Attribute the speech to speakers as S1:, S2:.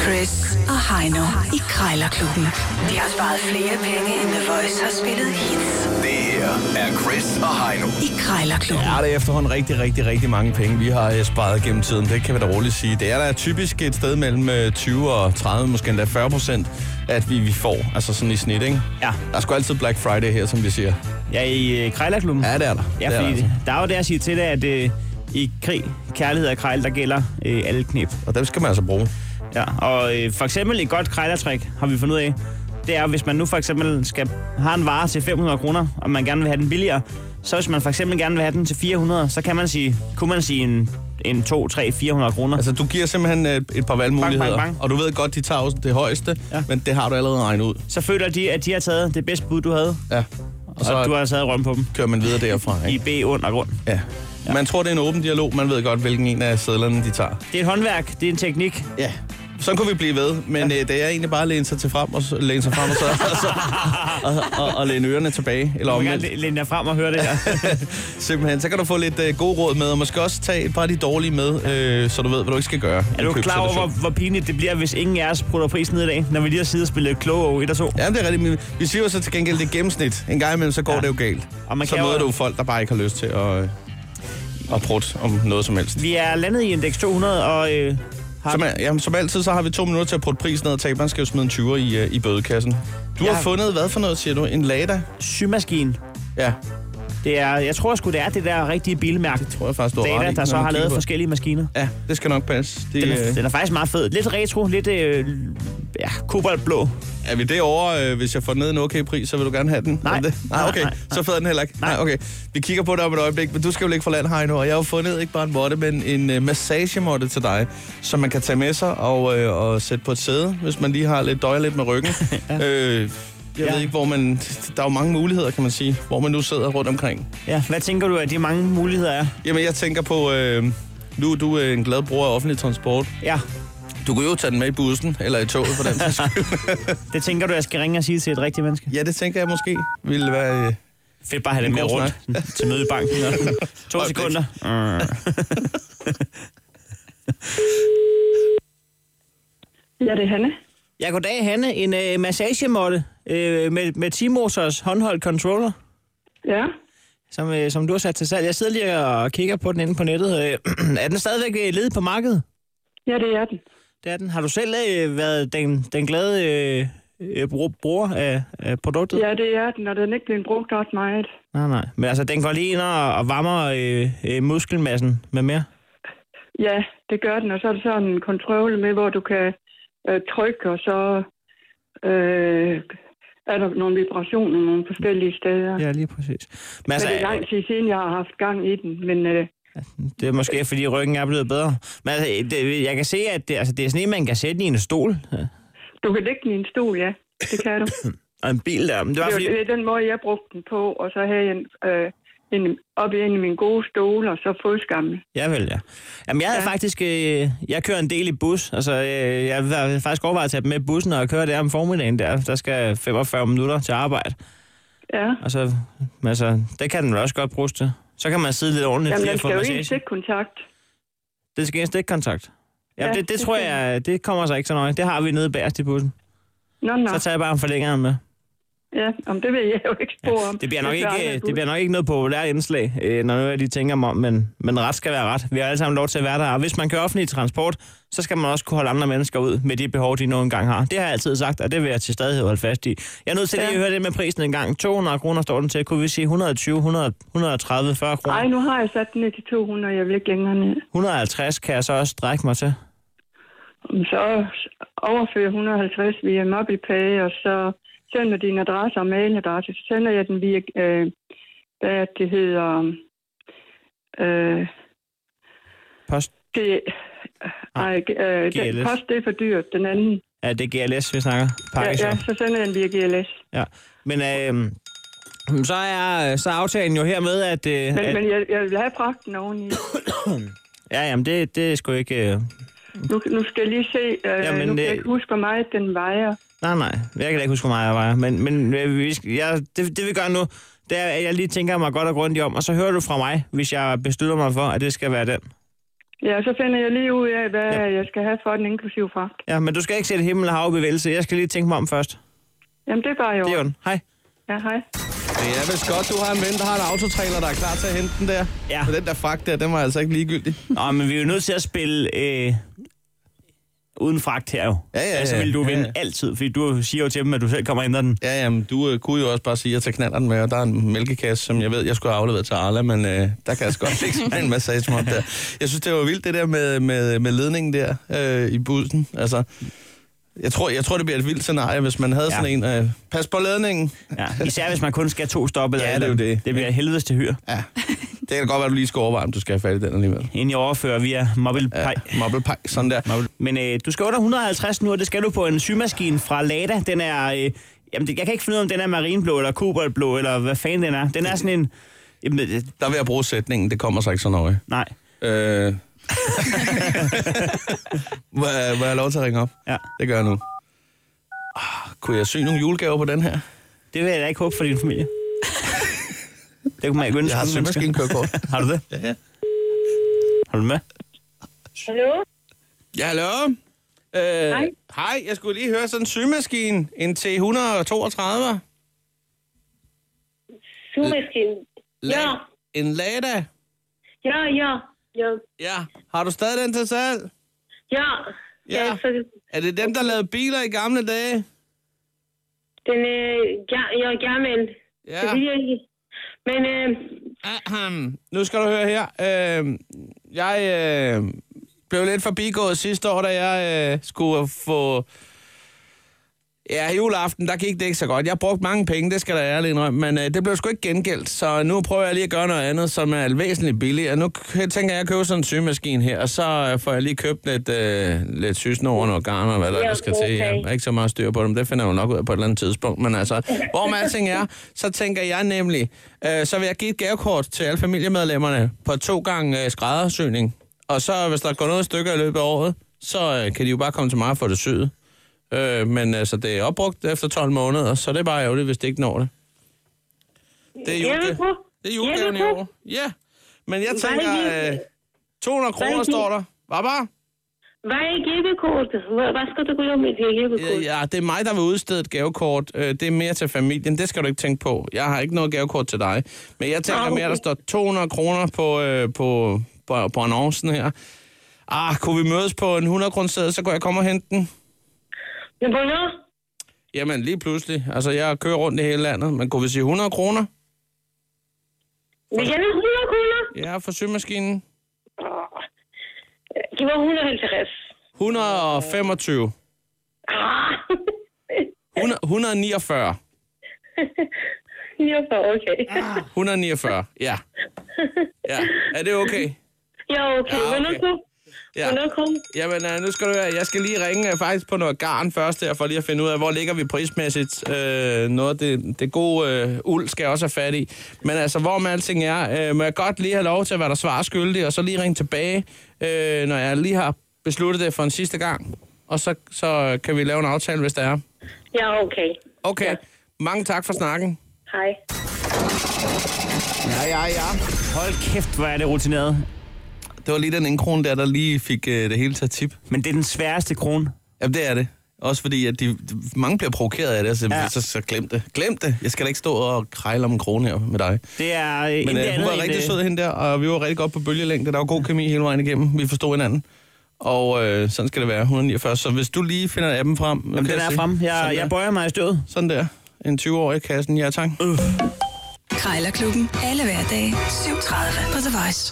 S1: Chris og Heino i Krejlerklubben. De har sparet flere penge, end The Voice har spillet hits
S2: Det her er Chris og Heino.
S1: i Krejlerklubben.
S3: Ja, det er efterhånden rigtig, rigtig, rigtig mange penge, vi har øh, sparet gennem tiden. Det kan vi da roligt sige. Det er da typisk et sted mellem øh, 20 og 30, måske endda 40 procent, at vi, vi får. Altså sådan i snit, ikke?
S4: Ja.
S3: Der er sgu altid Black Friday her, som vi siger.
S4: Ja, i øh, Krejlerklubben.
S3: Ja, det er der.
S4: Ja,
S3: det er
S4: fordi
S3: der, altså.
S4: der er jo det, jeg siger til dig, at øh, i krig, kærlighed og krejl, der gælder øh, alle knep.
S3: Og dem skal man altså bruge.
S4: Ja, og øh, for eksempel et godt krejlertræk har vi fundet ud af. Det er, hvis man nu for eksempel skal have en vare til 500 kroner, og man gerne vil have den billigere, så hvis man for eksempel gerne vil have den til 400, så kan man sige, kunne man sige en, en 2, 3, 400 kroner.
S3: Altså, du giver simpelthen øh, et par valgmuligheder.
S4: Bang, bang, bang.
S3: Og du ved godt, de tager også det højeste, ja.
S4: Ja.
S3: men det har du allerede regnet ud.
S4: Så føler de, at de har taget det bedste bud, du havde,
S3: Ja.
S4: og,
S3: Og
S4: så,
S3: så
S4: og du har taget røm på dem.
S3: kører man videre derfra,
S4: I
S3: ikke?
S4: B under grund.
S3: Ja. Man tror, det er en åben dialog. Man ved godt, hvilken en af sædlerne de tager.
S4: Det er et håndværk, det er en teknik.
S3: Ja. Sådan kunne vi blive ved, men øh, det er egentlig bare at læne sig, til frem og, s- læne sig frem og, så, og, så, og, og, og læne ørerne tilbage, eller
S4: Jeg vil gerne
S3: omvendt.
S4: læ- læne jer frem og høre det her.
S3: Simpelthen, så kan du få lidt øh, gode råd med, og måske også tage et par af de dårlige med, øh, så du ved, hvad du ikke skal gøre. i
S4: Er du klar over, hvor,
S3: købssituationen.
S4: hvor pinligt det bliver, hvis ingen af os prutter prisen ned i dag, når vi lige har siddet og spillet kloge 1 og 2?
S3: Ja, det er rigtigt. men Vi siger jo så til gengæld det er gennemsnit. En gang imellem, så går ja.
S4: Ja.
S3: det jo galt. Og
S4: Og
S3: man
S4: man
S3: så
S4: kan jo-
S3: møder du folk, der bare ikke har lyst til at, øh, at prutte om noget som helst.
S4: Vi er landet i indeks 200, og øh, har...
S3: Som, er- jamen, som altid, så har vi to minutter til at putte prisen ned, og taberen skal jo smide en 20'er i, øh, i bødekassen. Du
S4: Jeg
S3: har
S4: har-
S3: fundet, hvad for noget, siger du? En Lada?
S4: symaskine.
S3: Ja,
S4: Det er, jeg tror sgu, det er det der rigtige bilmærke.
S3: tror jeg faktisk, du har ret
S4: Data,
S3: i,
S4: der så
S3: når man
S4: har
S3: kigger
S4: lavet
S3: på det.
S4: forskellige maskiner.
S3: Ja, det skal nok passe. Det,
S4: Den
S3: øh,
S4: er, den er faktisk meget fed. Lidt retro, lidt øh, ja, kobaltblå.
S3: er vi derovre, øh, hvis jeg får ned en okay pris, så vil du gerne have den?
S4: Nej.
S3: Er det? Nej,
S4: Nej,
S3: okay.
S4: nej,
S3: Så fed er den heller ikke. Nej, okay. Vi kigger på det om et øjeblik, men du skal jo ikke for land, Heino, og jeg har jo fundet ikke bare en måtte, men en øh, massagemåtte til dig, som man kan tage med sig og, øh, og sætte på et sæde, hvis man lige har lidt døjer lidt med ryggen. ja. øh, jeg ja.
S4: Ja.
S3: ved ikke, hvor man... Der er jo mange muligheder, kan man sige, hvor man nu sidder rundt omkring.
S4: Ja, hvad tænker du, at de mange muligheder er?
S3: Jamen, jeg tænker på... Øh, nu er du øh, en glad bruger af offentlig transport.
S4: Ja,
S3: Du kan jo tage den med i bussen, eller i toget for den sags skyld.
S4: det tænker du, jeg skal ringe og sige til et rigtigt menneske?
S3: Ja, det tænker jeg måske ville være... Øh,
S4: Fedt bare at have
S3: En
S4: det med
S3: god
S4: rundt til møde i banken. to
S3: Øjeblik.
S4: sekunder.
S5: Ja, det er Hanne.
S4: Ja, goddag, Hanne. En øh, massagemåtte øh, med, med Timosers håndholdt controller,
S5: Ja.
S4: som, øh, som du har sat til salg. Jeg sidder lige og kigger på den inde på nettet. Øh, er den stadigvæk øh, ledig på markedet?
S5: Ja, det er den.
S4: Det er den. Har du selv øh, været den, den glade øh, øh, bru- bruger af, af produktet?
S5: Ja, det er den, og den er ikke blevet brugt ret meget.
S4: Nej, nej. Men altså, den går lige ind og, og varmer øh, øh, muskelmassen med mere.
S5: Ja, det gør den, og så er der sådan en kontrol med, hvor du kan øh, trykke, og så øh, er der nogle vibrationer nogle forskellige steder. Ja,
S4: Ja, lige præcis. Men altså,
S5: altså, det er lang tid siden, jeg har haft gang i den, men øh,
S4: det er måske, fordi ryggen er blevet bedre. Men altså, det, jeg kan se, at det, altså, det er sådan en, man kan sætte i en stol. øh, Ja.
S5: du kan lægge den i en stol, ja. Det kan du.
S4: Og en bil der. Men det var
S5: Det
S4: fordi...
S5: var- Det er den måde, jeg brugte den på, og så havde jeg en, øh, en, op i en af mine gode stole, og så fodskammel.
S4: Ja, vel, ja. Jamen, jeg havde ja. faktisk... Øh, jeg kører en del i bus. Altså, øh, jeg har faktisk overvejet at tage dem med i bussen, og køre der om formiddagen der. Der skal 45 minutter til arbejde.
S5: Ja.
S4: Og så... Men altså, det kan den vel også godt bruges til. Så kan man sidde lidt ordentligt
S5: Jamen,
S4: lige
S5: den
S4: og få
S5: skal
S4: en
S5: jo i en
S4: massage.
S5: stikkontakt.
S4: Det skal i en stikkontakt. Ja,
S5: Ja,
S4: det, det,
S5: det
S4: tror
S5: skal
S4: jeg, det kommer så ikke så nøje. Det har vi nede bagerst i bussen.
S5: Nå, nå.
S4: Så tager jeg bare en forlængeren med.
S5: Ja, om det vil jeg jo ikke spore om.
S4: Det bliver, nok
S5: Jeg tager
S4: ikke, øh,
S5: aldrig
S4: det bliver nok ikke noget populært indslag, øh, når nu jeg lige tænker mig om, men, men ret skal være ret. Vi har alle sammen lov til at være der, og hvis man kører offentlig transport, så skal man også kunne holde andre mennesker ud med de behov, de nogle gange har. Det har jeg altid sagt, og det vil jeg til stadighed holde fast i. Jeg er nødt til lige at
S5: Ja.
S4: høre det med prisen en gang. 200 kroner står den til. Kunne vi sige 120, 100, 130, 40
S5: bud. Ej,
S4: kroner?
S5: nu har jeg sat den ned til 200, jeg vil ikke længere ned.
S4: 150 kan jeg så også strække mig til.
S5: Jamen, Så overfører 150 via MobilePay, og så sender din adresse og mailadresse. Så sender jeg den via, øh, hvad er det det hedder, øh,
S4: Post.
S5: det,
S4: Ah,
S5: ej, øh, den,
S4: GLS.
S5: post, det er for dyrt, den anden.
S4: Ja, det er GLS, vi snakker.
S5: Ja,
S4: Pakkes
S5: ja, så sender jeg den via GLS.
S4: Ja, men øh, så er så er aftalen jo hermed, at... Øh,
S5: Men,
S4: at
S5: men jeg, jeg vil have fragten oveni.
S4: ja, jamen, det, det er sgu ikke... Øh,
S5: Nu, nu skal jeg lige se, øh,
S4: Jamen,
S5: Jamen, nu kan
S4: det-
S5: jeg ikke huske, hvor meget den vejer.
S4: nej, nej, jeg kan da ikke huske, hvor meget jeg vejer. Men, men øh, vi, skal- jeg, det, det vi gør nu, det er, at jeg lige tænker mig godt og grundigt om, og så hører du fra mig, hvis jeg beslutter mig for, at det skal være den.
S5: Ja, så finder jeg lige ud af, hvad
S4: Ja.
S5: ja. jeg skal have for den inklusive fragt.
S4: Ja, men du skal ikke sætte himmel og hav i bevægelse. Jeg skal lige tænke mig om først.
S5: Jamen, det er bare jo.
S4: Det er den. Hej.
S5: Ja, hej.
S3: Det er vist godt, du har en ven, der har en autotrailer, der er klar til at hente den der.
S4: Ja.
S3: For den der fragt der, den var altså ikke ligegyldig.
S4: Nå, men vi er jo nødt til at spille øh, uden fragt her jo.
S3: Ja, ja,
S4: Altså
S3: ja,
S4: vil du
S3: ja,
S4: vinde
S3: ja.
S4: altid, fordi du siger jo til dem, at du selv kommer og ændrer den.
S3: Ja, jamen, du øh, kunne jo også bare sige, at jeg tager knalderen med, og der er en mælkekasse, som jeg ved, jeg skulle have afleveret til Arla, men øh, der kan jeg sgu godt lægge sådan en massagemod der. Jeg synes, det var vildt, det der med, med, med ledningen der øh, i bussen. Altså, jeg tror, jeg tror, det bliver et vildt scenarie, hvis man havde
S4: Ja.
S3: ja. sådan en, øh, pas på ledningen.
S4: Ja. Især hvis man kun skal to stoppe.
S3: Ja, det er jo det.
S4: Det bliver helvedes til hyr.
S3: Ja, det kan da godt være, du lige skal overveje, om du skal have fat i den alligevel.
S4: Inden jeg overfører via
S3: Ja,
S4: mobilpej.
S3: mobbelpej, sådan der.
S4: Men øh, du skal under 150 nu, og det skal du på en symaskine fra Lada. Den er, øh, jamen, det, jeg kan ikke finde ud af, om den er marinblå eller kobaltblå, eller hvad fanden den er. Den er sådan en... Jamen, øh,
S3: Der vil jeg bruge sætningen, det kommer sig ikke så nøje.
S4: nej,
S3: Øh. må, jeg, må jeg have lov til at ringe op?
S4: Ja.
S3: Det gør jeg nu. Ah, kunne jeg sy nogle julegaver på den her?
S4: det vil jeg da ikke håbe for din familie. det kunne man ikke ønske.
S3: Jeg har
S4: nogen mennesker.
S3: sømaskinekørekort.
S4: Har du det?
S3: ja.
S4: Har du med?
S5: Hallo?
S3: Ja, hallo? Øh, hej. Hej, jeg skulle lige høre sådan en symaskine. En T132.
S6: Symaskinen.
S3: La-
S6: Ja.
S3: En Lada.
S6: Ja, ja, ja,
S3: Ja. Har du stadig den til salg?
S6: ja.
S3: Ja.
S6: ja så
S3: Er det dem, der lavede biler i gamle dage?
S6: den er, ja, jeg er gammel.
S3: Ja.
S6: Det ved jeg ikke. Men øh,
S3: Ahem. Nu skal du høre her. Øh, jeg øh, blev lidt forbigået sidste år, da jeg øh, skulle få... Ja, juleaften, der gik det ikke så godt. Jeg brugte mange penge, det skal der ærligt indrømme, men øh, det blev sgu ikke gengældt, så nu prøver jeg lige at gøre noget andet, som er væsentligt billigere. Nu k- tænker jeg at købe sådan en symaskine her, og så øh, får jeg lige købt lidt, øh, lidt sysnår og noget garn og hvad der
S6: Ja,
S3: ellers skal til. Ja.
S6: okay.
S3: Jeg har ikke så meget styr på dem, det finder jeg jo nok ud af på et eller andet tidspunkt, men altså, hvor med alting er, så tænker jeg nemlig, øh, så vil jeg give et gavekort til alle familiemedlemmerne på to gange øh, skræddersyning, og så hvis der går noget stykker i løbet af året, så øh, kan de jo bare komme til mig og få det syet. Øh, men altså, det er opbrugt efter 12 måneder, så det er bare ærgerligt, hvis det ikke når det. Det er,
S6: jeg vil
S3: jule,
S6: prøve.
S3: det er julegaven i
S6: Jeg vil
S3: år. Ja, men jeg
S6: Hvad er
S3: tænker,
S6: det?
S3: øh, 200 kroner
S6: det?
S3: står der. Hvad bare?
S6: hvad er gavekortet? Hvad, hvad skal du gøre med det gavekort?
S3: Ja, det er mig, der vil udstede et gavekort. Øh, Det er mere til familien, det skal du ikke tænke på. Jeg har ikke noget gavekort til dig. Men jeg tænker
S6: Ah,
S3: mere,
S6: okay.
S3: der står 200 kroner på, øh, på, på, på annoncen her. Ah, kunne vi mødes på en 100 kroner så kunne jeg komme og hente den?
S6: Men hvornår?
S3: Jamen, lige pludselig. Altså, jeg kører rundt i hele landet, men kunne vi sige 100 kroner?
S6: Vil jeg have 100 kroner?
S3: Ja, for symaskinen.
S6: Giv mig 150.
S3: 125.
S6: Ah,
S3: 100, 149.
S6: 49, okay.
S3: Ah. 149, ja. Ja, er det okay?
S6: Ja, okay.
S3: Ja, Ah, okay.
S6: Hvornår kom?
S3: Ja.
S6: Hvornår kom?
S3: Jamen, øh, nu skal du høre, jeg skal lige ringe øh, faktisk på noget garn først her, for lige at finde ud af, hvor ligger vi prismæssigt. Øh, noget af det, det gode øh, uld skal jeg også have fat i. Men altså, hvor med alting er, øh, må jeg godt lige have lov til at være der svar skyldig, og så lige ringe tilbage, øh, når jeg lige har besluttet det for en sidste gang. Og så, så øh, kan vi lave en aftale, hvis der er.
S6: Ja, okay.
S3: Okay, ja.
S6: Ja.
S3: mange tak for snakken.
S6: Hej.
S3: Ja, ja, ja.
S4: Hold kæft, hvor er det rutineret.
S3: Det var lige den indkrone der, der lige fik øh, det hele til at tip.
S4: Men det er den sværeste krone.
S3: Jamen, det er det. Også fordi, at de, mange bliver provokeret af det, så,
S4: Ja.
S3: ja. så, så glem det. Glem det. Jeg skal da ikke stå og krejle om en krone her med dig.
S4: Det er øh,
S3: Men
S4: intet
S3: øh, hun
S4: andet
S3: var
S4: end,
S3: rigtig
S4: øh,
S3: sød, hende der, og vi var rigtig godt på bølgelængde. Der var god kemi hele vejen igennem. Vi forstod hinanden. Og øh, sådan skal det være, 149. Så hvis du lige finder appen frem... Jamen,
S4: Den er fremme. Jeg,
S3: sådan,
S4: jeg
S3: der.
S4: bøjer mig i støvet.
S3: sådan der. En 20-årig i kassen, ja tak.
S1: Krejlerklubben. Alle hverdage. 7.30 på The Voice.